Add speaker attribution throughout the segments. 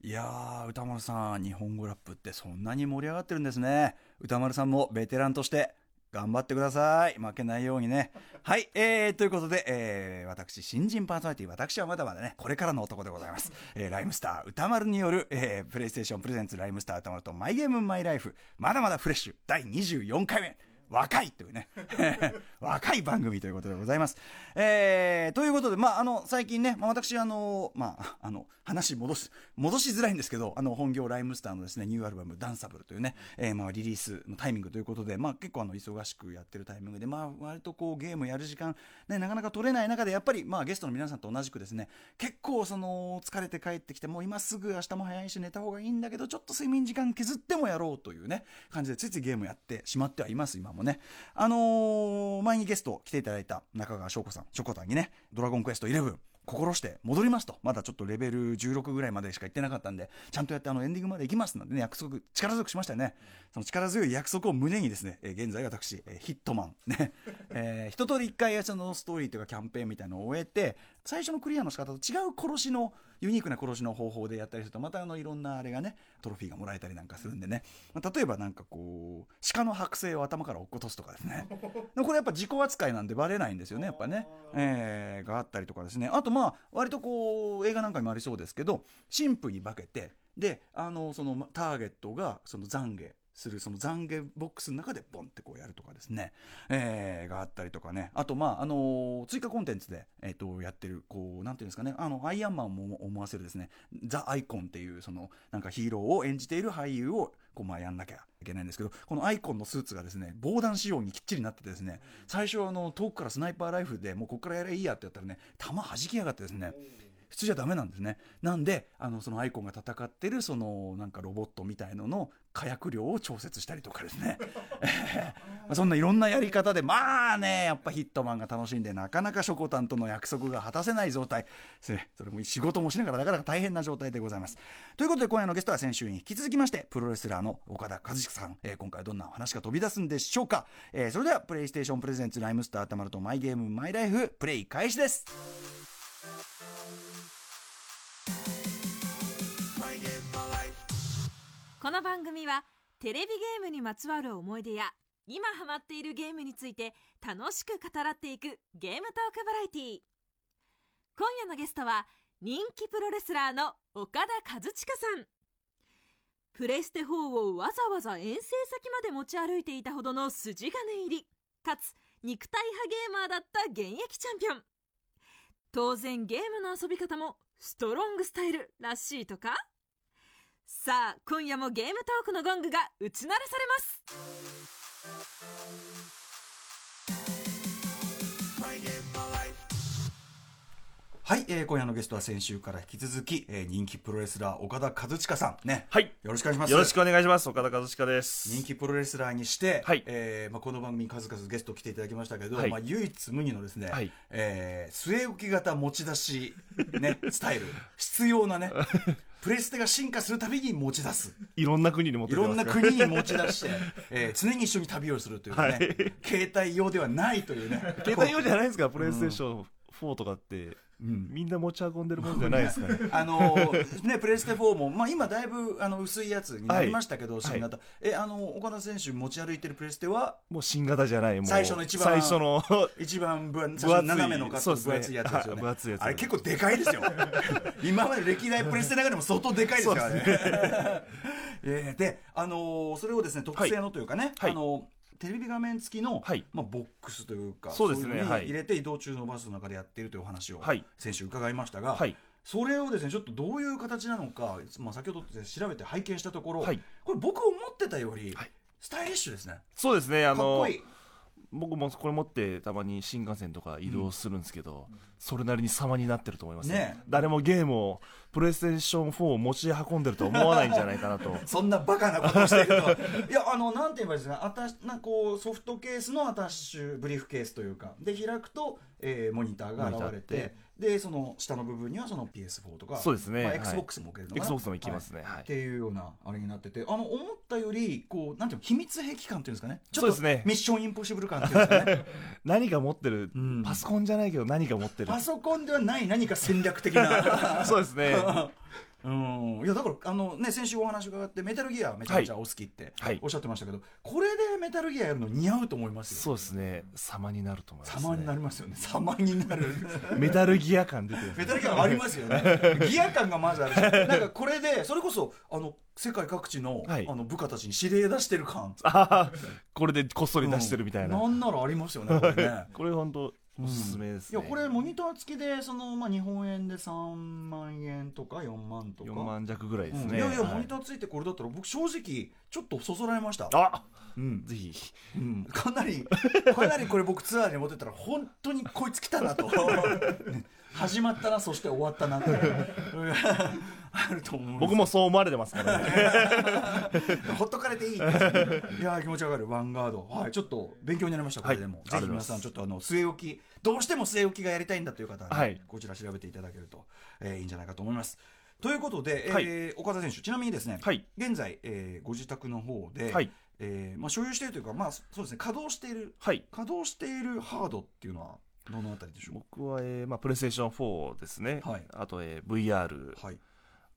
Speaker 1: いやー、歌丸さん、日本語ラップってそんなに盛り上がってるんですね。歌丸さんもベテランとして頑張ってください。負けないようにね。はい、えー、ということで、えー、私、新人パーソナリティ、私はまだまだね、これからの男でございます。えー、ライムスター、歌丸による、えー、プレイステーションプレゼンツライムスター歌丸とマイゲームマイライフ、まだまだフレッシュ、第24回目。若いというね 若い番組ということでございます。えーということで、まあ、あの最近ね、まあ、私あの、まあ、あの話戻す戻しづらいんですけどあの本業ライムスターのです、ね、ニューアルバム「ダンサブル」というね、えーまあ、リリースのタイミングということで、まあ、結構あの忙しくやってるタイミングで、まあ、割とこうゲームやる時間、ね、なかなか取れない中でやっぱり、まあ、ゲストの皆さんと同じくですね結構その疲れて帰ってきてもう今すぐ明日も早いし寝た方がいいんだけどちょっと睡眠時間削ってもやろうというね感じでついついゲームやってしまってはいます今もねあのー前にゲスト来ていただいた中川翔子さん翔子さんにね「ドラゴンクエスト11」心して戻りますとまだちょっとレベル16ぐらいまでしか行ってなかったんでちゃんとやってあのエンディングまで行きますなんてね約束力強くしましたよねその力強い約束を胸にですね、えー現在私、えーヒットマンね、 えー一通り一回そのストーリーというかキャンペーンみたいなのを終えて最初のクリアの仕方と違う殺しのユニークな殺しの方法でやったりするとまたあのいろんなあれがねトロフィーがもらえたりなんかするんでね、まあ、例えばなんかこう鹿の剥製を頭から落っことすとかですねでもこれやっぱ自己扱いなんでバレないんですよねやっぱね、えーがあったりとかですねあとまあ割とこう映画なんかにもありそうですけど神父に化けてであのそのまターゲットがその懺悔するその懺悔ボックスの中でボンってこうやるとかですね、えーがあったりとかねあとまああのー追加コンテンツで、えー、とやってるこうなんていうんですかねあのアイアンマンも思わせるですねザ・アイコンっていうそのなんかヒーローを演じている俳優をこうまあやんなきゃいけないんですけどこのアイコンのスーツがですね防弾仕様にきっちりなっててですね最初あの遠くからスナイパーライフルでもうこっからやればいいやってやったらね弾弾きやがってですね普通じゃダメなんですねなんであのそのアイコンが戦ってるそのなんかロボットみたいのの火薬量を調節したりとかですね、 えーそんないろんなやり方でまあねやっぱヒットマンが楽しんでなかなかショコタンとの約束が果たせない状態それそれも仕事もしながらなかなか大変な状態でございますということで今夜のゲストは先週に引き続きましてプロレスラーの岡田和彦さん、えー今回はどんなお話が飛び出すんでしょうか、えーそれではプレイステーションプレゼンツライムスターたまるとマイゲームマイライフプレイ開始です
Speaker 2: この番組はテレビゲームにまつわる思い出や今ハマっているゲームについて楽しく語らっていくゲームトークバラエティー今夜のゲストは人気プロレスラーの岡田和親さんプレステ4をわざわざ遠征先まで持ち歩いていたほどの筋金入りかつ肉体派ゲーマーだった現役チャンピオン当然ゲームの遊び方もストロングスタイルらしいとかさあ今夜もゲームトークのゴングが打ち鳴らされます
Speaker 1: はい、えー今夜のゲストは先週から引き続き、えー人気プロレスラー岡田和親さんね、
Speaker 3: はい。
Speaker 1: よろしくお願いします
Speaker 3: よろしくお願いします。岡田和親です。
Speaker 1: 人気プロレスラーにして、
Speaker 3: はい
Speaker 1: えーまあ、この番組に数々ゲスト来ていただきましたけど、
Speaker 3: はい
Speaker 1: まあ、唯一無二のですね、
Speaker 3: はい
Speaker 1: えー据え置き型持ち出し、 ね、スタイル必要なねプレステが進化するたびに持ち出す
Speaker 3: いろんな国に持って
Speaker 1: い
Speaker 3: きて
Speaker 1: ろ
Speaker 3: ま
Speaker 1: ん
Speaker 3: す
Speaker 1: な
Speaker 3: から
Speaker 1: 国に持ち出 して、えー常に一緒に旅をするというね、
Speaker 3: はい
Speaker 1: 携帯用ではないというね
Speaker 3: 携帯用じゃないですか、プレイステーション4とかって、
Speaker 1: うん
Speaker 3: みんな持ち運んでるもんじゃないですかね。
Speaker 1: あのーね、プレステ4も、まあ、今、だいぶあの薄いやつになりましたけど、
Speaker 3: はい
Speaker 1: 新型、えあの岡田選手、持ち歩いてるプレステは
Speaker 3: もう新型じゃない、もう。
Speaker 1: 最初の一番
Speaker 3: 最初 の
Speaker 1: 一番分
Speaker 3: 分厚い
Speaker 1: 斜めのカッ
Speaker 3: そ
Speaker 1: ト
Speaker 3: うで
Speaker 1: 分厚
Speaker 3: すね
Speaker 1: いやつですよね
Speaker 3: はい分厚いやつ
Speaker 1: あれ結構でかいです よ今まで歴代プレステの中でも相当でかいですからね えーで、あのーそれをですね特製のというかね、
Speaker 3: はい
Speaker 1: あのーテレビ画面付きの、
Speaker 3: はい
Speaker 1: まあ、ボックスというか
Speaker 3: そうですね
Speaker 1: いのに
Speaker 3: はい
Speaker 1: 入れて移動中のバスの中でやっているというお話を、
Speaker 3: はい
Speaker 1: 先週伺いましたが、
Speaker 3: はい
Speaker 1: それをですねちょっとどういう形なのか、まあ、先ほど調べて拝見したところ、
Speaker 3: はい
Speaker 1: これ僕思ってたより、
Speaker 3: はい
Speaker 1: スタイリッシュですね
Speaker 3: そうですね、
Speaker 1: か
Speaker 3: あ
Speaker 1: っこ
Speaker 3: の
Speaker 1: い、い
Speaker 3: 僕もこれ持ってたまに新幹線とか移動するんですけど、それなりに様になってると思いますね
Speaker 1: ね。
Speaker 3: 誰もゲームを、プレイステーション4を持ち運んでると思わないんじゃないかなと。
Speaker 1: そんなバカなことしてると はいやあのなんて言えばいいですかアタッシュなんかこうソフトケースのアタッシュブリーフケースというかで開くと、えーモニターが現れ
Speaker 3: モニ
Speaker 1: てでその下の部分にはその PS4 とか
Speaker 3: そうですね
Speaker 1: まあ
Speaker 3: はい
Speaker 1: XBOX も置けるのかな
Speaker 3: Xbox もいきますね
Speaker 1: は
Speaker 3: はい
Speaker 1: っていうようなあれになっててあの思ったよりこうなんていうの秘密兵器感っていうんですかねちょっと
Speaker 3: そうですね
Speaker 1: ミッションインポッシブル感っていうんですか ね
Speaker 3: 何が持ってる
Speaker 1: うん、
Speaker 3: パソコンじゃないけど何が持ってる
Speaker 1: パソコンではない何か戦略的な
Speaker 3: そうですね。
Speaker 1: うん、いやだからあの、ね、先週お話伺ってメタルギアめちゃめちゃお好きって
Speaker 3: はい
Speaker 1: おっしゃってましたけど、これでメタルギアやるの似合うと思いますよ
Speaker 3: そうですね様になると思います、ね、
Speaker 1: 様になりますよね様に なる
Speaker 3: メタルギア感出てる
Speaker 1: メタル感ありますよねギア感がまずあるしなんかこれでそれこそあの世界各地の,、
Speaker 3: はい
Speaker 1: あの部下たちに指令出してる感
Speaker 3: あーこれでこっそり出してるみたいな、
Speaker 1: うん、なんならありますよ ねこれね
Speaker 3: これ本当おすすめです
Speaker 1: い
Speaker 3: ね、
Speaker 1: やこれモニター付きでその、まあ、日本円で3万円とか4万とか
Speaker 3: 4万弱ぐらいです
Speaker 1: うん
Speaker 3: ね、
Speaker 1: いやいや、
Speaker 3: は
Speaker 1: モニターついてこれだったら僕正直ちょっとそそられました、
Speaker 3: あ
Speaker 1: うん
Speaker 3: ぜひ
Speaker 1: うん、 かなりかなりこれ僕ツアーに持ってったら本当にこいつ来たな と始まったなそして終わったなってあると思う
Speaker 3: 僕もそう思われてますからね
Speaker 1: ほっとかれて いいですいやー気持ちわかるヴァンガードはいちょっと勉強になりましたこれでも、
Speaker 3: はい
Speaker 1: ぜひ皆さんちょっとあの据え置きどうしても据え置きがやりたいんだという方はね、
Speaker 3: はい
Speaker 1: こちら調べていただけると、えーいいんじゃないかと思いますということで、えー
Speaker 3: はい
Speaker 1: 岡田選手ちなみにですね、
Speaker 3: はい
Speaker 1: 現在、えーご自宅の方で、
Speaker 3: はい
Speaker 1: えーまあ、所有しているというか、まあ、そそうですね稼働している
Speaker 3: はい
Speaker 1: 稼働しているハードっていうのはどのあたりでしょう
Speaker 3: 僕は、えーまあ、プレイステーション4ですね、
Speaker 1: はい
Speaker 3: あと、えー VR
Speaker 1: かはい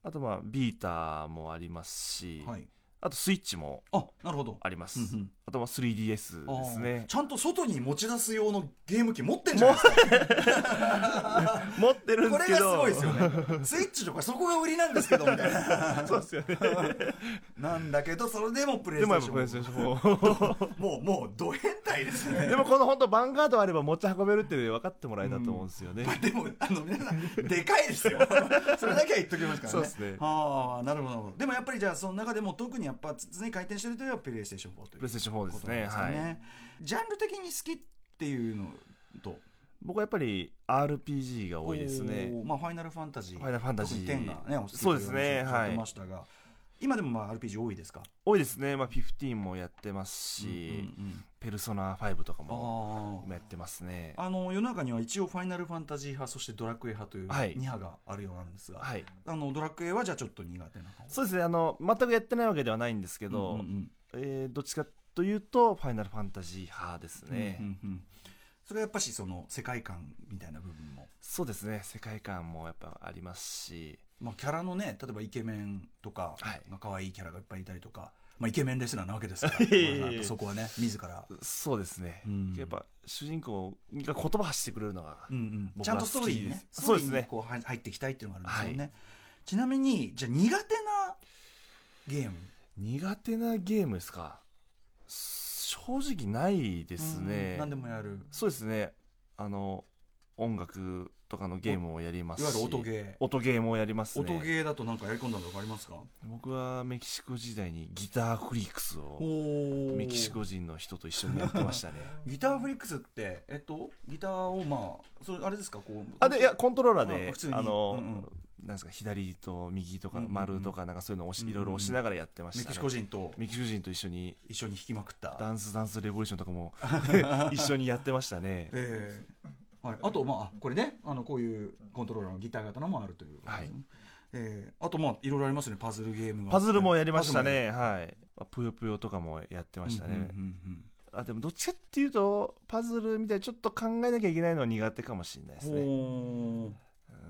Speaker 3: あと、まあ、ビーターもありますし、
Speaker 1: はい
Speaker 3: あとスイッチも
Speaker 1: あなるほど
Speaker 3: あります、
Speaker 1: うんうん
Speaker 3: あとは 3DS
Speaker 1: あー
Speaker 3: ですね
Speaker 1: ちゃんと外に持ち出す用のゲーム機持ってんじゃないですか
Speaker 3: 持ってるん
Speaker 1: こ
Speaker 3: です
Speaker 1: れがす
Speaker 3: けど
Speaker 1: ごいですよねスイッチとかそこが売りなんですけどみたいな
Speaker 3: そうですよね
Speaker 1: なんだけどそれでもプレイ
Speaker 3: で
Speaker 1: ステ
Speaker 3: も
Speaker 1: ー
Speaker 3: やっ
Speaker 1: シ
Speaker 3: ぱプレイステ
Speaker 1: ョ
Speaker 3: ー
Speaker 1: ン
Speaker 3: ション 4
Speaker 1: もうもうド変態ですね
Speaker 3: でもこの本当バンガードあれば持ち運べるっていうの分かってもらえたと思うんですよね、
Speaker 1: まあでもあの皆さんでかいですよ それだけは言っときますからね
Speaker 3: そうですね
Speaker 1: ああなるほどなるほどでもやっぱりじゃあその中でも特にやっぱ常に回転してるというのはプレイステーション4という
Speaker 3: プレイステーション4ですね
Speaker 1: ことな
Speaker 3: は
Speaker 1: んですか
Speaker 3: い
Speaker 1: ジャンル的に好きっていうのと
Speaker 3: 僕はやっぱり RPG が多いですね
Speaker 1: おーまあファイナルファンタジー
Speaker 3: ファイナルファンタジー
Speaker 1: 特に10がねお好き
Speaker 3: そうですね
Speaker 1: とい話を伺ってましたが、今でもまあ RPG 多いですか
Speaker 3: 多いですねまあ15もやってますし、
Speaker 1: うんうんうん
Speaker 3: ペルソナ5とかも
Speaker 1: あ
Speaker 3: 今やってますね
Speaker 1: ああの世の中には一応ファイナルファンタジー派そしてドラクエ派という
Speaker 3: はい
Speaker 1: 2派があるようなんですが、
Speaker 3: はい
Speaker 1: あのドラクエはじゃあちょっと苦手な方
Speaker 3: そうですねあの全くやってないわけではないんですけ
Speaker 1: うん
Speaker 3: ど、
Speaker 1: うんうん
Speaker 3: えーどっちかというとファイナルファンタジー派ですね、
Speaker 1: うんうんうんそれはやっぱしその世界観みたいな部分も、
Speaker 3: そうですね世界観もやっぱありますし
Speaker 1: まあ、キャラのね例えばイケメンとか
Speaker 3: はい
Speaker 1: が可愛いキャラがいっぱいいたりとか、まあ、イケメンレスラーなわけですから
Speaker 3: いえいえいえ
Speaker 1: まあやっぱそこはね自ら、
Speaker 3: そうですね、
Speaker 1: うん
Speaker 3: やっぱ主人公が言葉発してくれるのが、
Speaker 1: うんうん、
Speaker 3: 僕
Speaker 1: ちゃんと
Speaker 3: は
Speaker 1: ストーリーに
Speaker 3: 好
Speaker 1: ね
Speaker 3: きです
Speaker 1: ストーリ
Speaker 3: そ
Speaker 1: ー
Speaker 3: うです
Speaker 1: に
Speaker 3: ね
Speaker 1: こう入入っていきたいっていうのがあるんですよね、ちなみにじゃあ苦手なゲーム
Speaker 3: 苦手なゲームですか正直ないです
Speaker 1: う
Speaker 3: ね
Speaker 1: ん何でもやる
Speaker 3: そうですねあの音楽とかのゲームをやります
Speaker 1: い
Speaker 3: し
Speaker 1: わゆる音ゲー
Speaker 3: 音ゲーもやりますね
Speaker 1: 音ゲーだとなんかやり込んだの分かりますか
Speaker 3: 僕はメキシコ時代にギターフリークスを
Speaker 1: お
Speaker 3: メキシコ人の人と一緒にやってましたね
Speaker 1: ギターフリックスってえっとギターをまあそれあれですかこう
Speaker 3: あでいやコントローラー
Speaker 1: あ
Speaker 3: で
Speaker 1: 普通に
Speaker 3: あの、
Speaker 1: うんうん
Speaker 3: なんですか左と右とか
Speaker 1: うんうんうん
Speaker 3: 丸とかなんかそういうのを押しいろいろ押しながらやってまし
Speaker 1: メ
Speaker 3: た、
Speaker 1: キ
Speaker 3: ね
Speaker 1: シコ人と
Speaker 3: メキシコ人と一緒に
Speaker 1: 一緒に弾きまくった
Speaker 3: ダンスダンスレボリューションとか も一緒にやってましたね。
Speaker 1: ええはい、あとまああこれねあのこういうコントローラーのギター型のもあるという、
Speaker 3: はい
Speaker 1: ええあとまあいろいろありますねパズルゲームが
Speaker 3: パズルもやりましたね。はい。ぷよぷよとかもやって
Speaker 1: パ
Speaker 3: ま
Speaker 1: ズ
Speaker 3: し
Speaker 1: ル
Speaker 3: た
Speaker 1: もう
Speaker 3: ね。
Speaker 1: んうんうんうん
Speaker 3: あでもどっちかっていうとパズルみたいにちょっと考えなきゃいけないのは苦手かもしれないです
Speaker 1: ほ
Speaker 3: ね。
Speaker 1: ー
Speaker 3: うん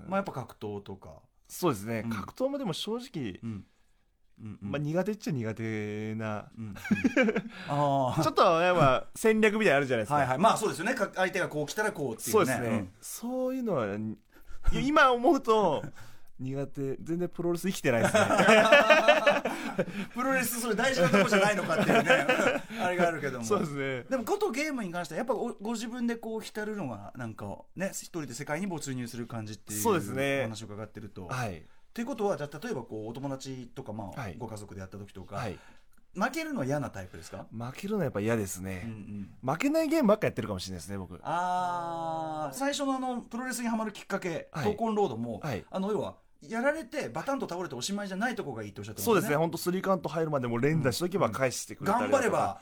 Speaker 1: まあやっぱ格闘とか、
Speaker 3: そうですね
Speaker 1: う。ん
Speaker 3: 格闘もでも正直、
Speaker 1: うんうんうん
Speaker 3: まあ苦手っちゃ苦手な。
Speaker 1: うんうんあ
Speaker 3: ちょっとやっぱ戦略みたいなのあるじゃないです
Speaker 1: あ
Speaker 3: か。
Speaker 1: はいはいまあそうですよねか相手がこう来たらこうっていうね
Speaker 3: そうですね、そういうのは に今思うと苦手全然プロレス生き てないですね
Speaker 1: うんプロレスそれ大事なとこじゃないのかっていう ねあれがあるけども
Speaker 3: そうですね
Speaker 1: でもことゲームに関してはやっぱごご自分でこう浸るのがなんかね一人で世界に没入する感じっていう
Speaker 3: そうですね
Speaker 1: お話を伺ってると。
Speaker 3: はい
Speaker 1: ということはじゃあ例えばこうお友達とか、まあ
Speaker 3: はい
Speaker 1: ご家族でやった時とか、
Speaker 3: はい
Speaker 1: 負けるのは嫌なタイプですか、
Speaker 3: 負けるのはやっぱ嫌です
Speaker 1: うんう
Speaker 3: ね、
Speaker 1: ん
Speaker 3: 負けないゲームばっかやってるかもしれないですね僕
Speaker 1: あー最初のあのプロレスにはまるきっかけ「
Speaker 3: はい
Speaker 1: 闘魂ロードも」
Speaker 3: はい
Speaker 1: あの要はやられてバタンと倒れておしまいじゃないとこがいいっておっしゃってま
Speaker 3: そうですすね
Speaker 1: よね。
Speaker 3: 本当スリーカウント入るまでもう連打しとけば返してくれた
Speaker 1: 頑
Speaker 3: りだ
Speaker 1: 張
Speaker 3: と
Speaker 1: れ
Speaker 3: か
Speaker 1: ば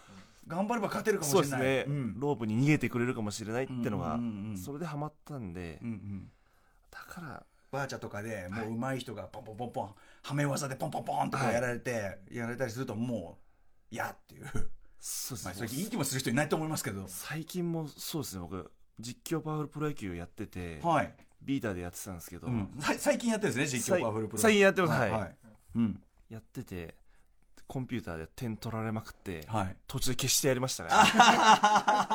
Speaker 1: 頑張れば勝てるかもし
Speaker 3: そう
Speaker 1: れな
Speaker 3: で
Speaker 1: い。
Speaker 3: すね、
Speaker 1: うん
Speaker 3: ロープに逃げてくれるかもしれないってのが、
Speaker 1: うんうんうんうん
Speaker 3: それでハマったんで、
Speaker 1: うんうん
Speaker 3: だから
Speaker 1: バーチャとかでもう上手い人がポンポンポンポンはめ技でポンポンポンとか
Speaker 3: はい
Speaker 1: やられて、やられたりするともう嫌っていう
Speaker 3: そうです
Speaker 1: ま
Speaker 3: ね
Speaker 1: あ、それ
Speaker 3: もう
Speaker 1: いい気もする人いないと思いますけど
Speaker 3: 最近もそうですね僕実況パワフルプロ野球やってて、
Speaker 1: はい
Speaker 3: ビータでやってたんですけど、
Speaker 1: うんさ最近やってるんですね実況パワフルプロ
Speaker 3: 最近やってますはい、
Speaker 1: はい
Speaker 3: うん、やっててコンピューターで点取られまくって、
Speaker 1: はい
Speaker 3: 途中で消してやりましたね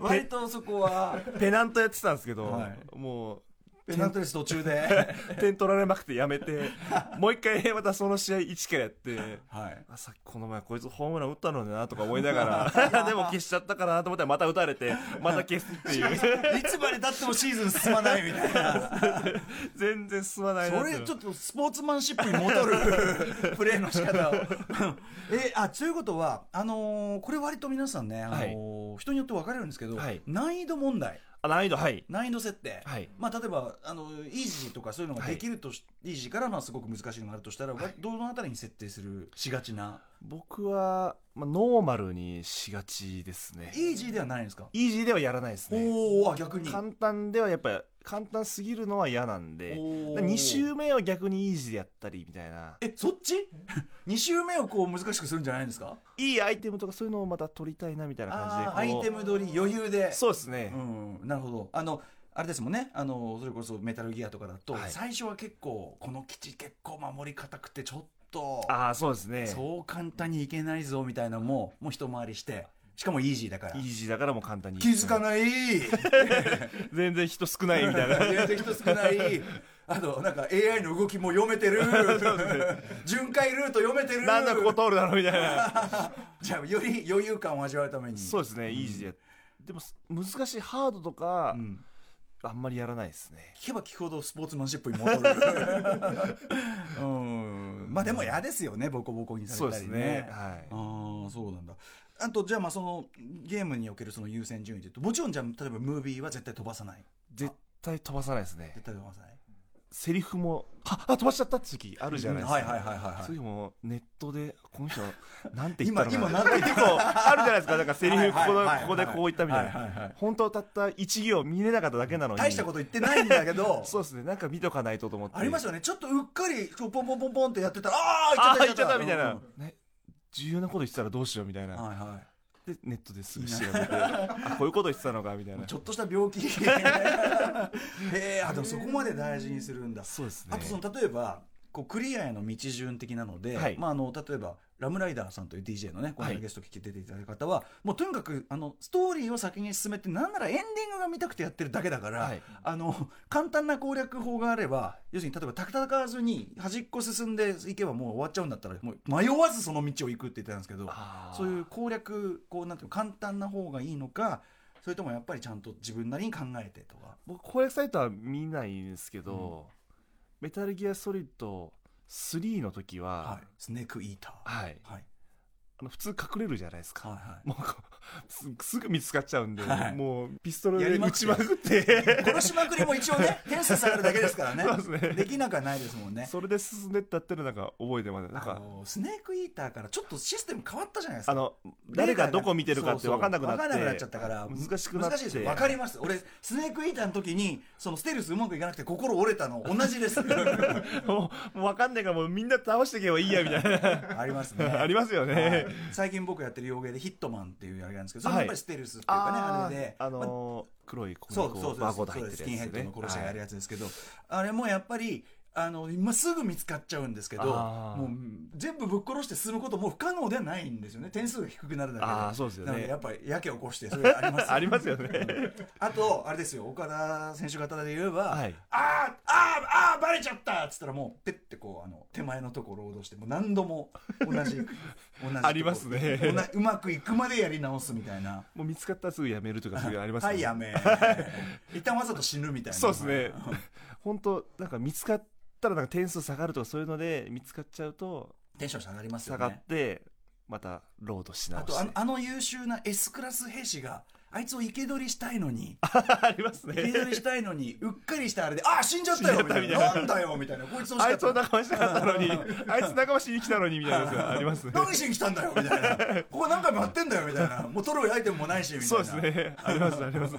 Speaker 1: 割とそこは
Speaker 3: ペナントやってたんですけど、
Speaker 1: はい
Speaker 3: もう
Speaker 1: ペナントレス途中で
Speaker 3: 点取られまくってやめてもう一回またその試合一からやって
Speaker 1: はい
Speaker 3: あさっきこの前こいつホームラン打ったのになとか思いなが らでも消しちゃったかなと思ったらまた打たれ てまた消すって いう
Speaker 1: いつまでたってもシーズン進まないみたいな
Speaker 3: 全然進まないな
Speaker 1: そ
Speaker 3: て
Speaker 1: れちょっとスポーツマンシップに戻 るプレーの仕方をえあということはあのーこれ割と皆さんね、あのー人によって分かれるんですけど、
Speaker 3: はい
Speaker 1: 難易度問題
Speaker 3: あ難易度はい
Speaker 1: 難易度設定、
Speaker 3: はい
Speaker 1: まあ、例えばあのイージーとかそういうのができるとし、イージーからまあすごく難しいのがあるとしたら、
Speaker 3: はい
Speaker 1: どのあたりに設定するしがちな
Speaker 3: 僕は、まあ、ノーマルにしがちですね
Speaker 1: イージーではないんですか、
Speaker 3: イージーではやらないですね
Speaker 1: おおあ逆に
Speaker 3: 簡単ではやっぱ簡単すぎるのは嫌なんで
Speaker 1: おー
Speaker 3: 2周目を逆にイージーでやったりみたいな
Speaker 1: えそっち 2周目をこう難しくするんじゃないんですか
Speaker 3: いいアイテムとかそういうのをまた取りたいなみたいな
Speaker 1: あー
Speaker 3: 感
Speaker 1: ア
Speaker 3: じでこ
Speaker 1: イ
Speaker 3: う
Speaker 1: テム取り余裕で
Speaker 3: そうですね、
Speaker 1: うん、なるほどあのあれですもんねあのそれこそメタルギアとかだと、
Speaker 3: はい
Speaker 1: 最初は結構この基地結構守り固くてちょっと
Speaker 3: ああそうですね
Speaker 1: そう簡単にいけないぞみたいなのももう一回りしてしかもイージーだから
Speaker 3: イージーだからもう簡単に
Speaker 1: 気づか
Speaker 3: い
Speaker 1: ない
Speaker 3: 全然人少ないみ たいな
Speaker 1: 全然人少ないあとなんか AI の動きも読めて る巡回ルート読めてる
Speaker 3: なんだここ通るだろうみたいな
Speaker 1: じゃあより余裕感を味わうために
Speaker 3: そうですねイージーでやっでもす難しいハードとか、
Speaker 1: うん
Speaker 3: あんまりやらないですね
Speaker 1: 聞けば聞くほどスポーツマンシップに戻る うんまあでも嫌ですよねボコボコにさ
Speaker 3: そ
Speaker 1: れ
Speaker 3: うで
Speaker 1: た
Speaker 3: す
Speaker 1: りね
Speaker 3: ねはい
Speaker 1: ああそうなんだあとじゃあまあそのゲームにおけるその優先順位でいうともちろんじゃあ例えばムービーは絶対飛ばさない
Speaker 3: 絶対飛ばさないですね
Speaker 1: 絶対飛ばさない
Speaker 3: セリフもああ飛ばしちゃったって時あるじゃないですか、
Speaker 1: うんはいはいはいはいはい
Speaker 3: そういうのもネットでこの人なんて言った
Speaker 1: 今
Speaker 3: の
Speaker 1: 今
Speaker 3: な
Speaker 1: 何て言
Speaker 3: 結構あるじゃないですかなんかセリフここ
Speaker 1: はいはいはい
Speaker 3: の
Speaker 1: はい
Speaker 3: ここでこう言ったみたい
Speaker 1: はいはいはい
Speaker 3: な本当はたった1行見れなかっただけなのに
Speaker 1: 大したこと言ってないんだけど
Speaker 3: そうですねなんか見とかないとと思って
Speaker 1: あります
Speaker 3: よ
Speaker 1: よねちょっとうっかりこうポンポンポンポンってやってたらあ
Speaker 3: あ
Speaker 1: あ
Speaker 3: あ
Speaker 1: ー
Speaker 3: 言
Speaker 1: 行
Speaker 3: っちゃったみたいな、
Speaker 1: うん
Speaker 3: ね重要なこと言ってたらどうしようみたいな、
Speaker 1: はいは
Speaker 3: でネットですぐ調べ てあこういうこと言ってたのかみたいない
Speaker 1: ちょっとした病 気へえあでもそこまで大事にするんだ
Speaker 3: そうですね
Speaker 1: あとその例えばこうクリアへの道順的なので、
Speaker 3: はい
Speaker 1: まあ、あの例えばラムライダーさんという DJ のねこの間
Speaker 3: はい
Speaker 1: ゲスト聞き出ていただいた方は、もうとにかくあのストーリーを先に進めてなんならエンディングが見たくてやってるだけだから、
Speaker 3: はい
Speaker 1: あの簡単な攻略法があれば要するに例えば戦わずに端っこ進んでいけばもう終わっちゃうんだったらもう迷わずその道を行くって言ってたんですけど
Speaker 3: あー
Speaker 1: そういう攻略こうなんていうの簡単な方がいいのかそれともやっぱりちゃんと自分なりに考えてとか。
Speaker 3: 僕攻略サイトは見ないんですけど、メタルギアソリッド3の時
Speaker 1: は、、
Speaker 3: はい
Speaker 1: スネークイーター、
Speaker 3: はい
Speaker 1: はい
Speaker 3: あの普通隠れるじゃないですか、
Speaker 1: はいはい
Speaker 3: もうこうすすぐ見つかっちゃうんで、
Speaker 1: はい
Speaker 3: もうピストル
Speaker 1: やり
Speaker 3: で
Speaker 1: まく
Speaker 3: 撃
Speaker 1: って
Speaker 3: ちまくって
Speaker 1: 殺しまくりも一応ね、点数下がるだけですからね。
Speaker 3: そうですね
Speaker 1: できなくはないですもんね。
Speaker 3: それで進んでったっていうのなんか覚えてますなん
Speaker 1: あ
Speaker 3: か
Speaker 1: のスネークイーターからちょっとシステム変わったじゃないです
Speaker 3: あ
Speaker 1: か。
Speaker 3: の誰がどこ見てるかって
Speaker 1: そうそう
Speaker 3: 分かんなくなって
Speaker 1: 分かんなくなっちゃったから、
Speaker 3: 難しくなって
Speaker 1: 難しいですよ。分かります。俺、スネークイーターの時に、そのステルスうまくいかなくて心折れたの同じ です。
Speaker 3: もうもう分かんないからもうみんな倒していけばいいやみたいな
Speaker 1: ありますね。
Speaker 3: ありますよね、
Speaker 1: はい最近僕やってる洋芸でヒットマンっていうやりなんですけど、それもやっぱりステルスっていうかね、
Speaker 3: あ
Speaker 1: あれで。
Speaker 3: ーあのー黒いここに
Speaker 1: そう
Speaker 3: こ
Speaker 1: そうそう
Speaker 3: バーコード
Speaker 1: そうで
Speaker 3: 入って
Speaker 1: す。ス
Speaker 3: る
Speaker 1: キン
Speaker 3: や
Speaker 1: ヘ
Speaker 3: つ
Speaker 1: ッド
Speaker 3: で
Speaker 1: の
Speaker 3: ね
Speaker 1: 殺し屋やる
Speaker 3: は
Speaker 1: や
Speaker 3: い
Speaker 1: つですけど、あれもやっぱり、あの、今すぐ見つかっちゃうんですけど、
Speaker 3: あー
Speaker 1: もう全部ぶっ殺して進むことも不可能ではないんですよね。点数が低くなるだけで。
Speaker 3: あーそうですよね
Speaker 1: なのでやっぱりやけを起こして、そ れあります
Speaker 3: ありますよね
Speaker 1: うんあと、あれですよ、岡田選手方で言えば、
Speaker 3: はい
Speaker 1: あーあーあーバレちゃったっつったらもう、ペッてこう、あの、手前のところを脅して、もう何度も同じ、同じところ。
Speaker 3: ありますね
Speaker 1: おなうまくいくまでやり直すみたいな。
Speaker 3: もう見つかったらすぐやめるとかそういうのありますよ
Speaker 1: は
Speaker 3: ね
Speaker 1: い、や め。一旦わざと死ぬみたいな。
Speaker 3: そうですね。本当なんか見つかったらなんか点数下がるとかそういうので見つかっちゃうと
Speaker 1: テンション下がりますよ
Speaker 3: 下がっ
Speaker 1: ね。
Speaker 3: てまたロードし
Speaker 1: あ
Speaker 3: 直して
Speaker 1: とあの、あの優秀な S クラス兵士が、あいつを生け捕りしたいのに、
Speaker 3: あります
Speaker 1: 生け
Speaker 3: ね
Speaker 1: 捕りしたいのに、うっかりしたあれで、あー死んじゃったよみたいな。なんだよみたいな。こいつを
Speaker 3: あいつを仲間にしたかったの に
Speaker 1: うん
Speaker 3: あいつ仲間しに来たのにみたいなやつがあ りますね
Speaker 1: 何しに来たんだよみたいな。ここ何回もやってんだよみたい な。もう取るアイテムもないし、みたいな。
Speaker 3: そうですねありますあります
Speaker 1: い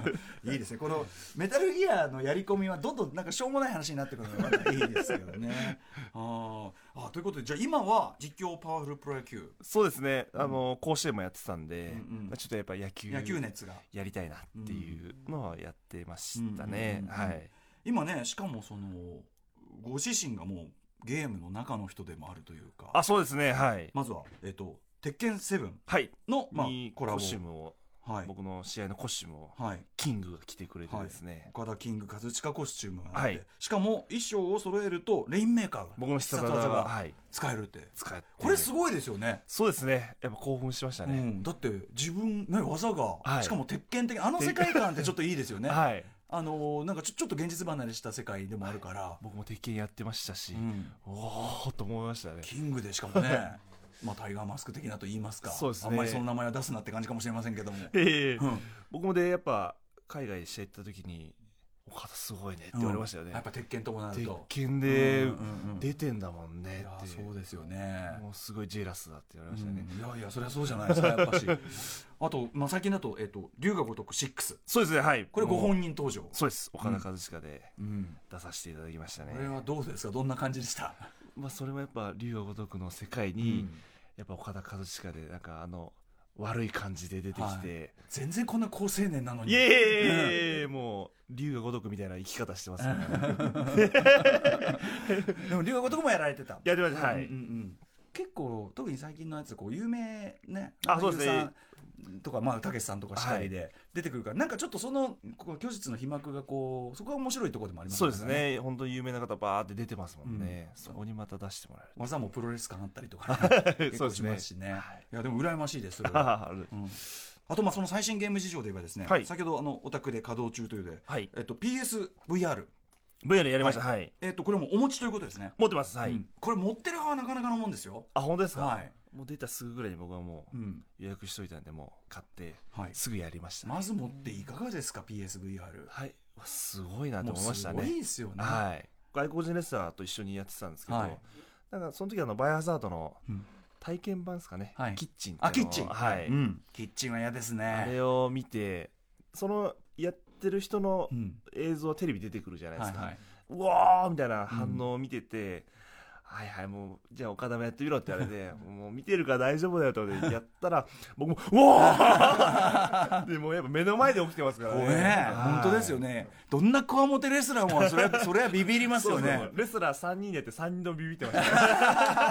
Speaker 1: いですね。このメタルギアのやり込みはどんどんなんかしょうもない話になってくるのがまたいいですけど ね。あーあ、ということで、じゃあ今は実況パワフルプロ野球、
Speaker 3: そうですねあの甲子園もやってたんで
Speaker 1: うんうん
Speaker 3: まあちょっとやっぱ野球
Speaker 1: 野球熱が。
Speaker 3: やりたいなっていうのはやってましたね
Speaker 1: うんうんうんうん
Speaker 3: はい
Speaker 1: 今ねしかもそのご自身がもうゲームの中の人でもあるというか
Speaker 3: あそうですねはい
Speaker 1: まずは、えっと鉄拳セブン
Speaker 3: はい
Speaker 1: の、まあ
Speaker 3: に、
Speaker 1: コラボ
Speaker 3: コスチュームを
Speaker 1: はい、
Speaker 3: 僕の試合のコスチュームを
Speaker 1: はい、
Speaker 3: キングが着てくれてですね
Speaker 1: 岡田キング和親コスチュームがあって、
Speaker 3: はい
Speaker 1: しかも衣装を揃えるとレインメーカーが
Speaker 3: 僕の必殺技
Speaker 1: 必殺技が
Speaker 3: がはい
Speaker 1: 使えるって
Speaker 3: 使って
Speaker 1: これすごいですよね、
Speaker 3: そうですねやっぱ興奮しました
Speaker 1: う
Speaker 3: ね
Speaker 1: ん、だって自分、ね、技が、
Speaker 3: はい
Speaker 1: しかも鉄拳的あの世界観ってちょっといいですよね、
Speaker 3: はい
Speaker 1: あのーなんかちょちょっと現実離れした世界でもあるから、
Speaker 3: 僕も鉄拳やってましたし
Speaker 1: うん
Speaker 3: おおーと思いましたね
Speaker 1: キングでしかもね まあタイガーマスク的なと言いますか
Speaker 3: そうですね
Speaker 1: あんまりその名前は出すなって感じかもしれませんけども、
Speaker 3: ええ
Speaker 1: うん
Speaker 3: 僕もでやっぱ海外試合行った時に「岡田すごいね」って言われましたよ
Speaker 1: や
Speaker 3: ね
Speaker 1: っぱ鉄拳ともなる
Speaker 3: 鉄
Speaker 1: と
Speaker 3: 拳で
Speaker 1: うんうんうん
Speaker 3: 出てんだもん
Speaker 1: い
Speaker 3: ね
Speaker 1: や
Speaker 3: って
Speaker 1: そうですよね
Speaker 3: もうすごいジェラスだって言われましたね
Speaker 1: うんいやいやそりゃそうじゃないですかやっぱし あと、まあ、最近だと「えっと龍が如く6
Speaker 3: そうですねはい」
Speaker 1: これご
Speaker 3: もう
Speaker 1: 本人登場、
Speaker 3: そうです岡田和親で
Speaker 1: うん、
Speaker 3: 出させていただきました
Speaker 1: これ
Speaker 3: ね
Speaker 1: はどうですかどんな感じでした、
Speaker 3: まあそれもやっぱ龍が如くの世界
Speaker 1: う
Speaker 3: に
Speaker 1: ん
Speaker 3: やっぱ岡田和親でなんかあの悪い感じで出てきて
Speaker 1: 全然こんな好青年なのに
Speaker 3: イエーイもう龍が如くみたいな生き方してますね
Speaker 1: でも龍が如くもやられてた
Speaker 3: やってましたは
Speaker 1: う
Speaker 3: い
Speaker 1: んうんうん結構特に最近のやつこう有名ね
Speaker 3: あそうですね
Speaker 1: 俳優さんとかまあたけしさんとかしかりで出てくるから、なんかちょっとそのこう虚実の皮膜がこうそこが面白いところでもあります
Speaker 3: そうですね本当に有名な方バーって出てますもんね
Speaker 1: うん
Speaker 3: そこにまた出してもらえる
Speaker 1: 技もプロレス感あったりとかね、 結構しますしね
Speaker 3: はい
Speaker 1: いやでも羨ましいですそれは
Speaker 3: あーある
Speaker 1: うんあとまあその最新ゲーム事情で言えばですね、
Speaker 3: はい
Speaker 1: 先ほどあのオタクで稼働中というので、
Speaker 3: はい
Speaker 1: えっと、PSVR、
Speaker 3: VR やりましたはい
Speaker 1: えっと、これもお持ちということですね、
Speaker 3: 持ってますは
Speaker 1: う
Speaker 3: い
Speaker 1: んこれ持ってる派はなかなかのもんですよ
Speaker 3: あ本当ですか
Speaker 1: はい
Speaker 3: もう出たすぐぐらいに僕はもう
Speaker 1: うん
Speaker 3: 予約しといたんでもう買って
Speaker 1: はい
Speaker 3: すぐやりましたね
Speaker 1: まず持っていかがですか PSVR
Speaker 3: はいわすごいなと
Speaker 1: もう
Speaker 3: 思いまし
Speaker 1: す
Speaker 3: た
Speaker 1: ごい
Speaker 3: ね
Speaker 1: ですよね、
Speaker 3: はい外国人レスラーと一緒にやってたんですけど
Speaker 1: はい
Speaker 3: なんかその時あのバイオハザードの
Speaker 1: うん
Speaker 3: 体験版ですかね
Speaker 1: はい
Speaker 3: キッチンっていう
Speaker 1: あキッ
Speaker 3: のを
Speaker 1: チン
Speaker 3: はい
Speaker 1: うんキッチンは嫌です
Speaker 3: あ
Speaker 1: ね
Speaker 3: れを見てそのやってる人の
Speaker 1: うん
Speaker 3: 映像テレビ出てくるじゃないで
Speaker 1: は
Speaker 3: す
Speaker 1: いは
Speaker 3: か
Speaker 1: い、
Speaker 3: うわーみたいな反応を見てて、はいはい、もう、じゃあ岡田もやってみろって言 われて、もう見てるから大丈夫だよと思ってやったら、僕も、うわーでもうやっぱ目の前で起きてますからね。
Speaker 1: これね本当ですよ
Speaker 3: ね。
Speaker 1: ねどんなこわもてレスラーもそれは それはビビります
Speaker 3: そ
Speaker 1: よ
Speaker 3: うね
Speaker 1: ね
Speaker 3: レスラー3人でやって3人ともビビって ましたね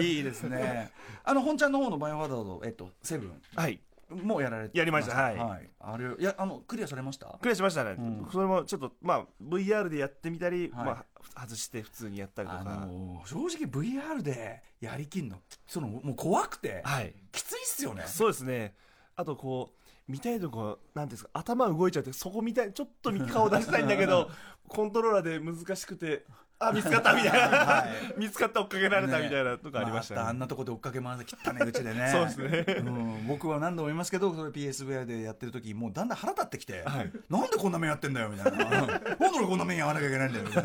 Speaker 1: いいですねあの本ちゃんの方のバイオハザードえっとセブン
Speaker 3: はい
Speaker 1: もうやられて
Speaker 3: やりましたはい
Speaker 1: あれいやあのクリアされました
Speaker 3: クリアしましたね、
Speaker 1: うん
Speaker 3: それもちょっとまあ VR でやってみたり、
Speaker 1: はい
Speaker 3: まあ、外して普通にやったりとか、
Speaker 1: あのー正直 VR でやりきんのそのもう怖くて
Speaker 3: はい
Speaker 1: きついっすよね
Speaker 3: そうですね。あとこう、見たいとこ、なんていうんですか、頭動いちゃって、そこ見たい、ちょっと顔出したいんだけど、 コントローラーで難しくて、あ、見つかったみたいな。
Speaker 1: は
Speaker 3: 見つかった、追っかけられたみたいなとかありました
Speaker 1: あ、あん
Speaker 3: ね。
Speaker 1: なとこで追っかけ回して汚い口でね
Speaker 3: そうですね
Speaker 1: うん、僕は何度も言いますけどそれ PSVR でやってる時もうだんだん腹立ってきて、
Speaker 3: はい
Speaker 1: なんでこんな面やってんだよみたいななんで俺こんな面やらなきゃいけないんだよみた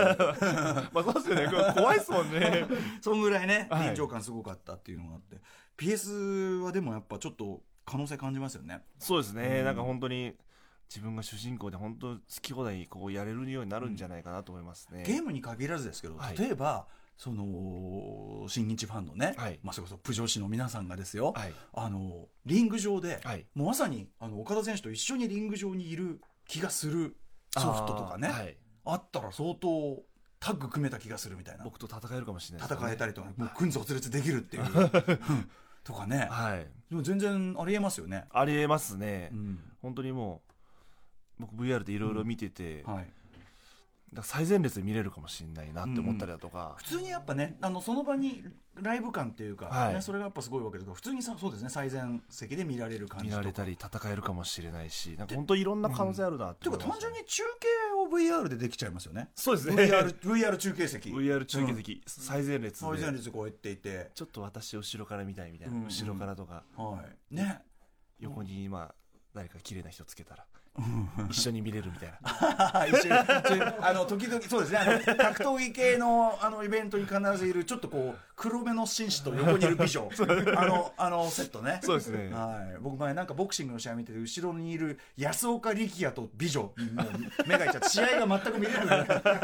Speaker 1: いな
Speaker 3: まあそうですよね。これ怖いですもんね。
Speaker 1: そんぐらいね
Speaker 3: はい
Speaker 1: 臨場感すごかったっていうのがあって、PS はでもやっぱちょっと可能性感じますよね
Speaker 3: そうですね。
Speaker 1: うん
Speaker 3: なんか本当に、自分が主人公で本当好き放題こうやれるようになるんじゃないかなと思いますね。
Speaker 1: ゲームに限らずですけど、
Speaker 3: はい
Speaker 1: 例えばその新日ファンのね、
Speaker 3: はい
Speaker 1: まあ、それこそプジョ市の皆さんがですよ、
Speaker 3: はい。
Speaker 1: あのリング上で、
Speaker 3: はい。
Speaker 1: もうまさにあの岡田選手と一緒にリング上にいる気がするソフトとかね
Speaker 3: あ
Speaker 1: あ,、
Speaker 3: ーはい。
Speaker 1: ったら相当タッグ組めた気がするみたいな
Speaker 3: 僕と戦えるかもしれないですね
Speaker 1: 戦えたりとか、もう軍卒列できるって いう、うんとかね
Speaker 3: はい。
Speaker 1: でも全然ありえますよね。
Speaker 3: ありえますね。
Speaker 1: うん
Speaker 3: 本当にもう僕 VR でいろいろ見てて、だか
Speaker 1: はい、
Speaker 3: ら最前列で見れるかもしれないなって思ったりだとか
Speaker 1: 普、通にやっぱねあのその場にライブ感っていうか、
Speaker 3: はい
Speaker 1: ね、それがやっぱすごいわけですから普通にさそうですね最前席で見られる感じ
Speaker 3: 見
Speaker 1: と
Speaker 3: られたり戦えるかもしれないしなんか本当いろんな可能性あるなって
Speaker 1: という
Speaker 3: 思い
Speaker 1: か
Speaker 3: ま
Speaker 1: 単
Speaker 3: した
Speaker 1: 純に中継を VR でできちゃいますよね
Speaker 3: そうですね
Speaker 1: VR, VR 中継席
Speaker 3: VR 中継席、最前列で
Speaker 1: 最前列こうやっていて
Speaker 3: ちょっと私後ろからみたいみたいな、
Speaker 1: うん
Speaker 3: 後ろからとか
Speaker 1: はいね
Speaker 3: 横にまあ誰か綺麗な人つけたら、一緒に見れるみたい な
Speaker 1: 一緒に一緒にあの時々そうですねあの格闘技系のあのイベントに必ずいるちょっとこう黒目の紳士と横にいる美 女あのあのセットね
Speaker 3: そうですね
Speaker 1: はい、僕前なんかボクシングの試合見てて後ろにいる安岡力也と美女もう目がいっちゃって試合が全く見れなくな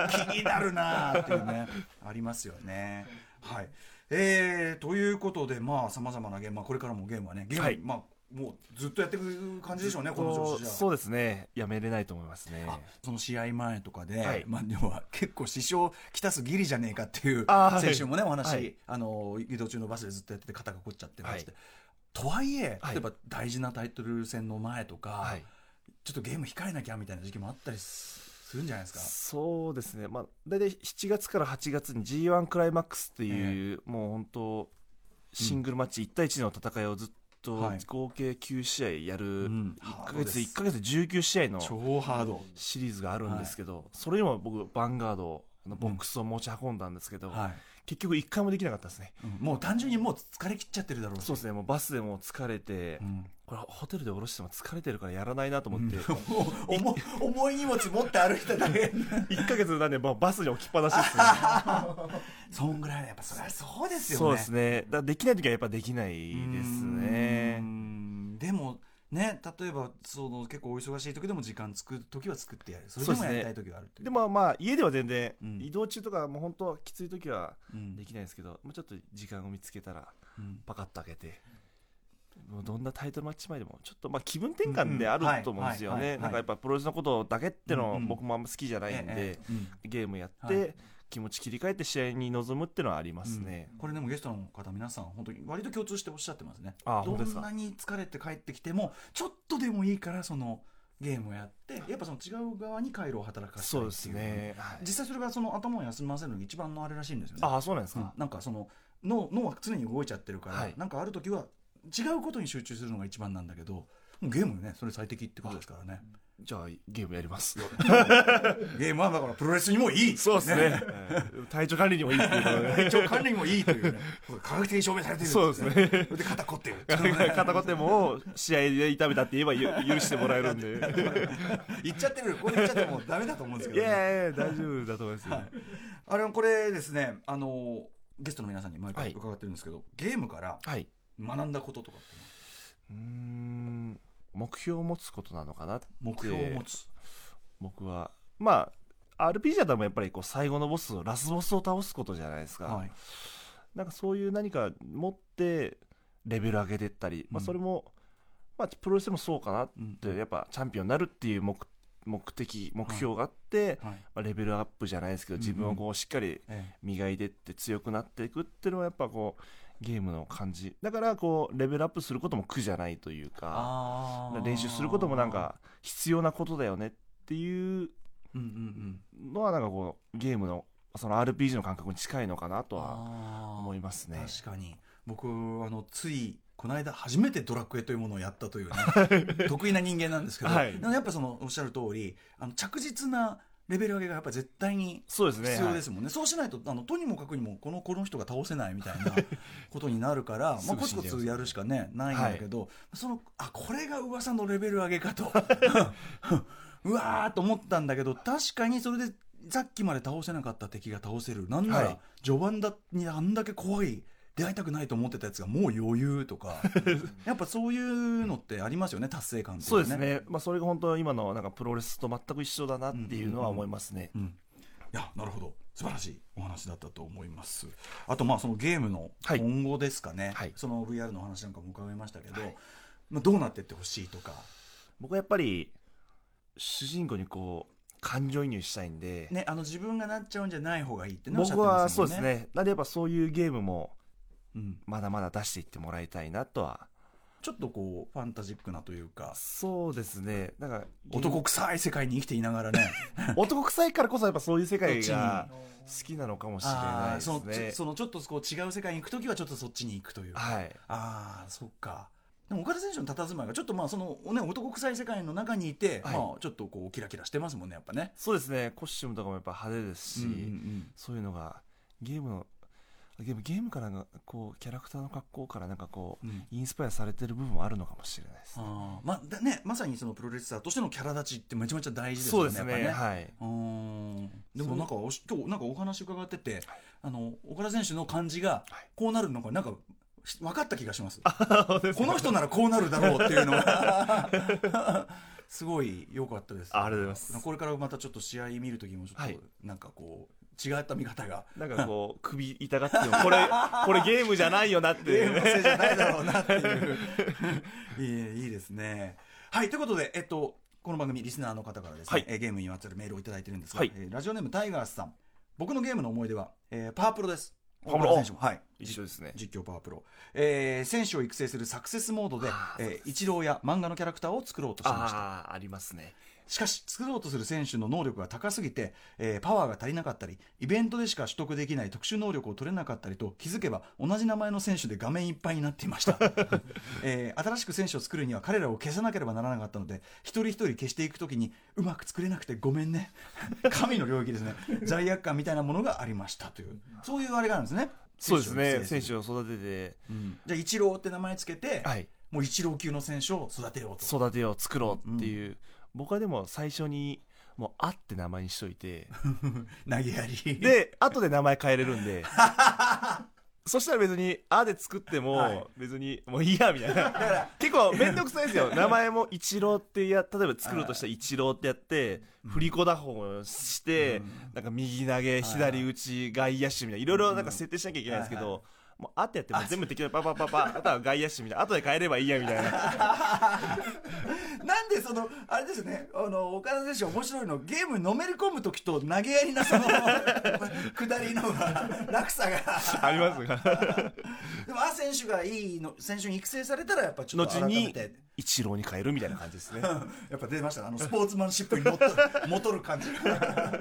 Speaker 1: る気になるなーっていうねありますよねはいえー、ということでまあさまざまなゲーム、まあ、これからもゲームはねゲーム、
Speaker 3: はい
Speaker 1: まあもうずっとやっていく感じでしょうね、この調子じゃ。
Speaker 3: そうですねやめれないと思いますね
Speaker 1: あその試合前とかで、
Speaker 3: はい
Speaker 1: まあ、要は結構、支障きたすギリじゃねえかっていう
Speaker 3: あーはい
Speaker 1: 選手もね、お話、
Speaker 3: はい
Speaker 1: あの移動中のバスでずっとやってて、肩が凝っちゃってまして、
Speaker 3: は
Speaker 1: とはいえ、
Speaker 3: はい
Speaker 1: 例えば大事なタイトル戦の前とか、
Speaker 3: はい
Speaker 1: ちょっとゲーム控えなきゃみたいな時期もあったりすするんじゃないです
Speaker 3: そうですね、まあ、大体7月から8月に g 1クライマックスっていう、もう本当、シングルマッチ1対1の戦いをずっと
Speaker 1: はい
Speaker 3: 合計9試合や
Speaker 1: か。
Speaker 3: る、
Speaker 1: ん
Speaker 3: 1か月、1ヶ月19試合の
Speaker 1: 超ハード。
Speaker 3: シリーズがあるんですけど、それにも僕、ヴァンガードのボックスを持ち運んだんですけど、
Speaker 1: はい
Speaker 3: 結局、1回もできなかったですね、
Speaker 1: うんもう単純にもう疲れ切っちゃってるだろうし
Speaker 3: そうですね、もうバスでも疲れて、
Speaker 1: うん
Speaker 3: これ、ホテルで降ろしても疲れてるからやらないなと思って、
Speaker 1: もう重重い荷物持って歩いただけ
Speaker 3: 1か月なんで、まあバスに置きっぱなしですね。
Speaker 1: そんぐらいはやっぱそりゃ そうですよね
Speaker 3: そうですね。だからできないときはやっぱできないです
Speaker 1: うー
Speaker 3: ね。
Speaker 1: んでもね例えばその結構お忙しい時でも時間作る時は作ってやるそれでも
Speaker 3: そうです
Speaker 1: や
Speaker 3: ね
Speaker 1: りたい時はあるという
Speaker 3: でもまあ家では全然、
Speaker 1: うん
Speaker 3: 移動中とかもう本当きついときは
Speaker 1: うん
Speaker 3: できないですけど、もうちょっと時間を見つけたら
Speaker 1: うん
Speaker 3: パカッと開けて、もうどんなタイトルマッチ前でもちょっとまあ気分転換であ
Speaker 1: うんうん
Speaker 3: ると思うんですよ
Speaker 1: はいはいは
Speaker 3: ね。
Speaker 1: い
Speaker 3: なんかやっぱプロレスのことだけって
Speaker 1: うん
Speaker 3: の
Speaker 1: うん
Speaker 3: 僕もあんま好きじゃないん
Speaker 1: え
Speaker 3: で
Speaker 1: え、ええうん
Speaker 3: ゲームやっ
Speaker 1: は
Speaker 3: て気持ち切り替えて試合に臨むってのはありますね。
Speaker 1: これでもゲストの方皆さん本当に割と共通しておっしゃってますね
Speaker 3: あ
Speaker 1: ど
Speaker 3: 本当です
Speaker 1: ん
Speaker 3: か
Speaker 1: なに疲れて帰ってきてもちょっとでもいいからそのゲームをやってやっぱその違う側に回路を働かせたい
Speaker 3: そう
Speaker 1: っ
Speaker 3: で
Speaker 1: て
Speaker 3: す
Speaker 1: いう
Speaker 3: ね。はい
Speaker 1: 実際それがその頭を休ませるのが一番のあれらしいんですよね
Speaker 3: あそうなんです
Speaker 1: うん
Speaker 3: か。
Speaker 1: なんかその脳脳は常に動いちゃってるから、
Speaker 3: はい
Speaker 1: なんかある時は違うことに集中するのが一番なんだけどもうゲームねそれ最適ってことですからね
Speaker 3: じゃあゲームやります。
Speaker 1: ゲームはだからプロレスにもいい
Speaker 3: そうですね。体調管理にもいいっていうことで
Speaker 1: 体調管理にもいいというねこれ科学的に証明されてる
Speaker 3: そうですね
Speaker 1: それで肩凝 ってる
Speaker 3: 片言でも試合で痛めたって言えばゆ許してもらえるんで
Speaker 1: 言っちゃってるこれ言っちゃってもうダメだと思うんです
Speaker 3: い
Speaker 1: けど、ね、
Speaker 3: やいやいや大丈夫だと思いますよ、
Speaker 1: あれはこれですねあのゲストの皆さんに毎
Speaker 3: は
Speaker 1: 回
Speaker 3: い
Speaker 1: 伺ってるんですけど、ゲームから
Speaker 3: はい
Speaker 1: 学んだこととかっていう
Speaker 3: うーん目標を持つことなのかなって
Speaker 1: の目標を持つ、
Speaker 3: 僕はまあ RPG だともやっぱりこう最後のボスをラスボスを倒すことじゃないですか、
Speaker 1: はい
Speaker 3: なんかそういう何か持ってレベル上げてったり、ま
Speaker 1: う
Speaker 3: あ、
Speaker 1: ん
Speaker 3: それも、まあ、プロレスでもそうかなっ
Speaker 1: うん
Speaker 3: てやっぱチャンピオンになるっていう目目的目標があって、
Speaker 1: はい
Speaker 3: まあ、レベルアップじゃないですけど自分をこうしっかり、
Speaker 1: え
Speaker 3: 磨いてって強くなっていくっていうのはやっぱこうゲームの感じだからこうレベルアップすることも苦じゃないというか
Speaker 1: あー
Speaker 3: 練習することもなんか必要なことだよねっていう
Speaker 1: うんうんうん
Speaker 3: のはなんかこうゲームのその RPG の感覚に近いのかなとは
Speaker 1: あ
Speaker 3: 思
Speaker 1: ー
Speaker 3: いますね
Speaker 1: 確かに僕あのついこの間初めてドラクエというものをやったと いうね得意な人間なんですけど、
Speaker 3: はい
Speaker 1: でもやっぱそのおっしゃる通りあの着実なレベル上げがやっぱ絶対に
Speaker 3: そうですね
Speaker 1: 必要で
Speaker 3: はい
Speaker 1: すもんね、そうしないとあのとにもかくにもこのこの人が倒せないみた いなことになるからまあ、
Speaker 3: すぐ
Speaker 1: コ
Speaker 3: 死
Speaker 1: ツ
Speaker 3: ん
Speaker 1: コ
Speaker 3: じゃいます
Speaker 1: ツやるしかねないんだけど、そのあこれが噂のレベル上げか とうわーと思ったんだけど確かにそれでさっきまで倒せなかった敵が倒せるなんな
Speaker 3: は
Speaker 1: ら
Speaker 3: い
Speaker 1: 序盤だにあんだけ怖い出会いたくないと思ってたやつがもう余裕と かやっぱそういうのってありますよね達成感ってい
Speaker 3: そうう
Speaker 1: か
Speaker 3: ですね、まあ、それが本当今のなんかプロレスと全く一緒だなっていうのは思いますね、
Speaker 1: うん、いやなるほど素晴らしいお話だったと思いますあとまあそのゲームの
Speaker 3: はい
Speaker 1: 今後ですかね、
Speaker 3: はい
Speaker 1: その VR の話なんかも伺いましたけど、まあ、どうなってってほしいとか、
Speaker 3: 僕はやっぱり主人公にこう感情移入したいんで、
Speaker 1: ね、あの自分がなっちゃうんじゃない方がいいってねおっしゃって
Speaker 3: 僕
Speaker 1: ま
Speaker 3: は
Speaker 1: すも
Speaker 3: そ
Speaker 1: ん
Speaker 3: う
Speaker 1: ね
Speaker 3: ですねなんでやっぱそういうゲームも
Speaker 1: うん、
Speaker 3: まだまだ出していってもらいたいなとは
Speaker 1: ちょっとこうファンタジックなというか
Speaker 3: そうですねなんか
Speaker 1: 男臭い世界に生きていながらね
Speaker 3: 男臭いからこそやっぱ そういう世界が
Speaker 1: ど
Speaker 3: 好きなのかもしれない
Speaker 1: あ
Speaker 3: で
Speaker 1: ーその
Speaker 3: すね
Speaker 1: ちそのちょっとこう違う世界に行く時はちょっとそっちに行くというか
Speaker 3: はい
Speaker 1: ああそっかでも岡田選手の佇まいがちょっとまあその、ね、男臭い世界の中にいて、
Speaker 3: はい
Speaker 1: まあ、ちょっとこうキラキラしてますもんねやっぱね、
Speaker 3: そうですねコスチュームとかもやっぱ派手ですし、
Speaker 1: うんうんうん
Speaker 3: そういうのがゲームのゲームゲームからがこうキャラクターの格好からなんかこう
Speaker 1: うん
Speaker 3: インスパイアされてる部分もあるのかもしれないですね
Speaker 1: あーまだね、まさにそのプロレスラーとしてのキャラ立ちってめちゃめちゃ大事ですよ
Speaker 3: そう
Speaker 1: ね
Speaker 3: ですね
Speaker 1: やっぱね
Speaker 3: はい、
Speaker 1: うんでもなんかおし今日なんかお話伺ってて、あの岡田選手の感じが
Speaker 3: はい
Speaker 1: こうなるのがなんかし分かった気がします
Speaker 3: そうで す
Speaker 1: この人ならこうなるだろうっていうのが すごい良かったです
Speaker 3: ありがとうございます
Speaker 1: これからまたちょっと試合見るときもちょっと、
Speaker 3: はい
Speaker 1: なんかこう違った見方 が。
Speaker 3: なんかこう、首痛がっても、これ、これゲームじゃないよなって
Speaker 1: ゲ
Speaker 3: い
Speaker 1: ー
Speaker 3: う
Speaker 1: ムのせいじゃないだろうなっていう。 いいいいですね。はい、ということで、えっと、この番組、リスナーの方からですね、
Speaker 3: はい
Speaker 1: えーゲームにまつわるメールをいただいてるんですが、
Speaker 3: はい
Speaker 1: えーラジオネームタイガースさん、僕のゲームの思い出は、えーパワープロです。
Speaker 3: パワープロ
Speaker 1: 大村選手もはい、
Speaker 3: 一緒ですね。
Speaker 1: 実況パワープロ、えー選手を育成するサクセスモードで
Speaker 3: あ、ーそう
Speaker 1: え
Speaker 3: で
Speaker 1: ー、イチローや漫画のキャラクターを作ろうとしました。
Speaker 3: ああ、ありますね。
Speaker 1: しかし、作ろうとする選手の能力が高すぎて、えーパワーが足りなかったり、イベントでしか取得できない特殊能力を取れなかったりと、気づけば同じ名前の選手で画面いっぱいになっていました。 えー新しく選手を作るには彼らを消さなければならなかったので、一人一人消していくときに、うまく作れなくてごめんね。 神の領域ですね。罪悪感みたいなものがありましたという、そういうあれがあるんですね。
Speaker 3: そうですね。
Speaker 1: 選
Speaker 3: 選
Speaker 1: 手を育成する。
Speaker 3: 手を育て
Speaker 1: うんじゃあ、イチローって名前つけて、
Speaker 3: て、はい。
Speaker 1: もうイチロー級の選手を育てようと。
Speaker 3: 育てよう、作ろうっていう。僕はでも最初に、もう、あって名前にしといて、
Speaker 1: 投げやり。
Speaker 3: で、後で名前変えれる んで。そしたら別に、あで作って
Speaker 1: はい
Speaker 3: も、別に、もういいや、みたいな。
Speaker 1: だから、
Speaker 3: 結構めんどくさいですよ。名前も一郎ってや、例えば作るとしたら一郎ってやって、振り子打法をして、なんか右投げ、左打ち、外野手みたいな、いろいろなんか設定しなきゃいけないんですけ
Speaker 1: はい
Speaker 3: ど、もうあってやっても全部適当にパパパパ、あとは外野手みたいな、後で変えればいいやみたい な。
Speaker 1: なんでその、あれですね、あの、岡田選手面白いの、ゲームにのめり込む時と投げやりなその、 下りのが、落差が。
Speaker 3: ありますが。
Speaker 1: でも、あ選手がいいの、選手に育成されたら、やっぱちょっと
Speaker 3: 後
Speaker 1: 改め
Speaker 3: に
Speaker 1: て。、
Speaker 3: 一郎に変えるみたいな感じですね。
Speaker 1: やっぱ出ましたねあのスポーツマンシップにも っと戻る感じ が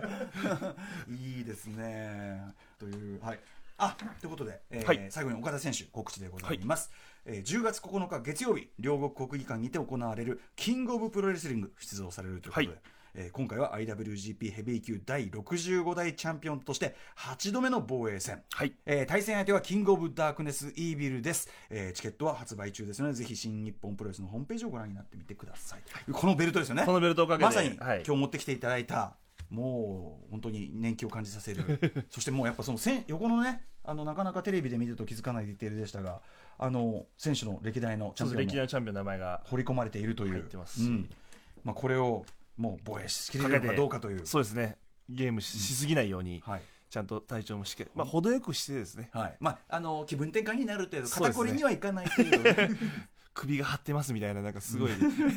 Speaker 1: いいですねというはいあということで、えー
Speaker 3: はい
Speaker 1: 最後に岡田選手告知でございます、えー10月9日月曜日両国国技館にて行われるキングオブプロレスリング出場されるということで、
Speaker 3: はい
Speaker 1: えー今回は IWGP ヘビー級第65代チャンピオンとして8度目の防衛戦、
Speaker 3: はい。
Speaker 1: えー対戦相手はキングオブダークネスイービルです、えーチケットは発売中ですのでぜひ新日本プロレスのホームページをご覧になってみてください、このベルトですよね
Speaker 3: このベルトをかけて、
Speaker 1: まさに、
Speaker 3: はい
Speaker 1: 今日持ってきていただいたもう本当に年季を感じさせる そしてもうやっぱそのせん横のねあのなかなかテレビで見てると気づかないディテールでしたがあの選手の歴代のチ
Speaker 3: ち
Speaker 1: ャ
Speaker 3: ょ
Speaker 1: ン
Speaker 3: っと
Speaker 1: ピオン
Speaker 3: 歴代
Speaker 1: の
Speaker 3: のチャンピオンの名前が、
Speaker 1: 掘り込まれているという
Speaker 3: 入ってます
Speaker 1: うんまあ、これをもう防衛しきれるのかどうかという
Speaker 3: そうですね。ゲームししすぎないように、
Speaker 1: はい
Speaker 3: ちゃんと体調もしっかり、まあ、程よくしてですね、
Speaker 1: はいまあ、あの気分転換になる程度
Speaker 3: そう
Speaker 1: 肩
Speaker 3: です
Speaker 1: こ
Speaker 3: ね
Speaker 1: りにはいかない程度 ね
Speaker 3: 首が張ってますみたいな、なんかすごい、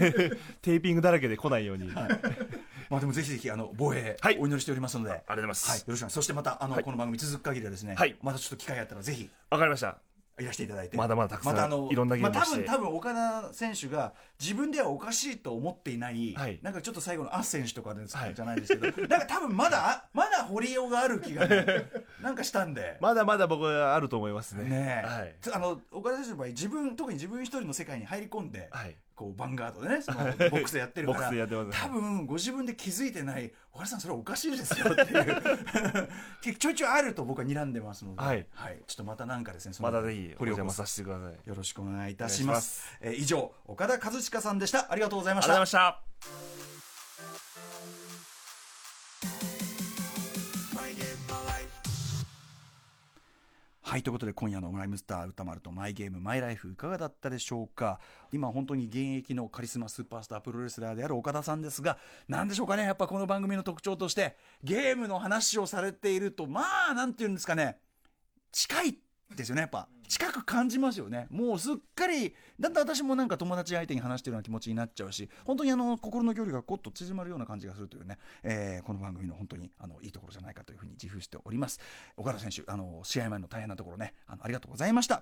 Speaker 3: テーピングだらけで来ないように。ありがとう
Speaker 1: まあでもぜひぜひあの防衛
Speaker 3: はい
Speaker 1: お祈りしておりますので、はい、よ
Speaker 3: ございま
Speaker 1: ろしくお願いしますそしてまたあの、
Speaker 3: はい
Speaker 1: この番組続く限りはですね、
Speaker 3: はい
Speaker 1: またちょっと機会あったらぜひ
Speaker 3: わかりました。
Speaker 1: いらしていただいて
Speaker 3: まだまだたくさん
Speaker 1: またあの
Speaker 3: いろんなゲーム
Speaker 1: まあ、多
Speaker 3: して
Speaker 1: 分多分岡田選手が自分ではおかしいと思っていない、
Speaker 3: はい
Speaker 1: なんかちょっと最後のアス選手とかです、
Speaker 3: はい
Speaker 1: じゃないですけどなんか多分まだまだ掘りようがある気が、 ね、なんかしたんで。
Speaker 3: まだまだ僕はあると思いますね。
Speaker 1: ねえ
Speaker 3: はい。
Speaker 1: つあの岡田選手の場合自分特に自分一人の世界に入り込んで、
Speaker 3: はい。
Speaker 1: こうバンガードで ねそのボックスやってるか
Speaker 3: ボッ
Speaker 1: ら
Speaker 3: クスやってます
Speaker 1: 多分ご自分で気づいてない岡田さんそれおかしいですよっていう 結構ちょいちょいあると僕は睨んでますので、
Speaker 3: はい
Speaker 1: ちょっとまたなんかですねその
Speaker 3: まだぜひ、お
Speaker 1: 掘り起
Speaker 3: 邪
Speaker 1: こ
Speaker 3: 魔
Speaker 1: す
Speaker 3: させてください。ありがとう
Speaker 1: よろしくお願いいたし
Speaker 3: お願
Speaker 1: ま
Speaker 3: いしますす。
Speaker 1: えー以上、岡田和親さんでした。ありがとうございま
Speaker 3: ご
Speaker 1: し
Speaker 3: ざい
Speaker 1: た
Speaker 3: ま。した。
Speaker 1: はい、ということで今夜のライムスター歌丸とマイゲームマイライフいかがだったでしょうか。今本当に現役のカリスマスーパースタープロレスラーである岡田さんですが、なんでしょうかね。やっぱこの番組の特徴として、ゲームの話をされていると、まあ、なんていうんですかね。近いですよねやっぱ近く感じますよねもうすっかりだんだん私もなんか友達相手に話してるような気持ちになっちゃうし本当にあの心の距離がこっと縮まるような感じがするというね、えーこの番組の本当にあのいいところじゃないかというふうに自負しております岡田選手あの試合前の大変なところねあのありがとうございました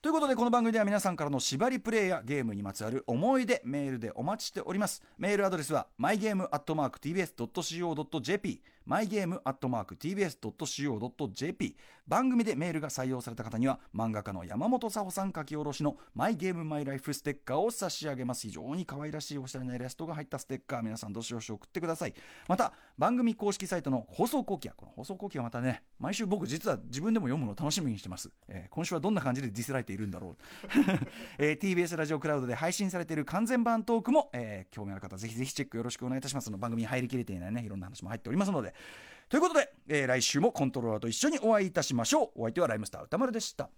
Speaker 1: ということでこの番組では皆さんからの縛りプレイやゲームにまつわる思い出メールでお待ちしておりますメールアドレスは mygame.tbs.co.jp mygame.tbs.co.jp 番組でメールが採用された方には漫画家の山本沙穂さん書き下ろしの「マイゲームマイライフ」ステッカーを差し上げます非常に可愛らしいおしゃれなイラストが入ったステッカー皆さんどしどし送ってくださいまた番組公式サイトの放送後期やこの放送後期はまたね毎週僕実は自分でも読むのを楽しみにしてます、えー今週はどんな感じでディスられているんだろう、 えー TBS ラジオクラウドで配信されている完全版トークも、えー興味ある方ぜひぜひチェックよろしくお願いいたしますその番組に入りきれていないねいろんな話も入っておりますのでということで、えー来週もコントローラーと一緒にお会いいたしましょうお相手はライムスター歌丸でした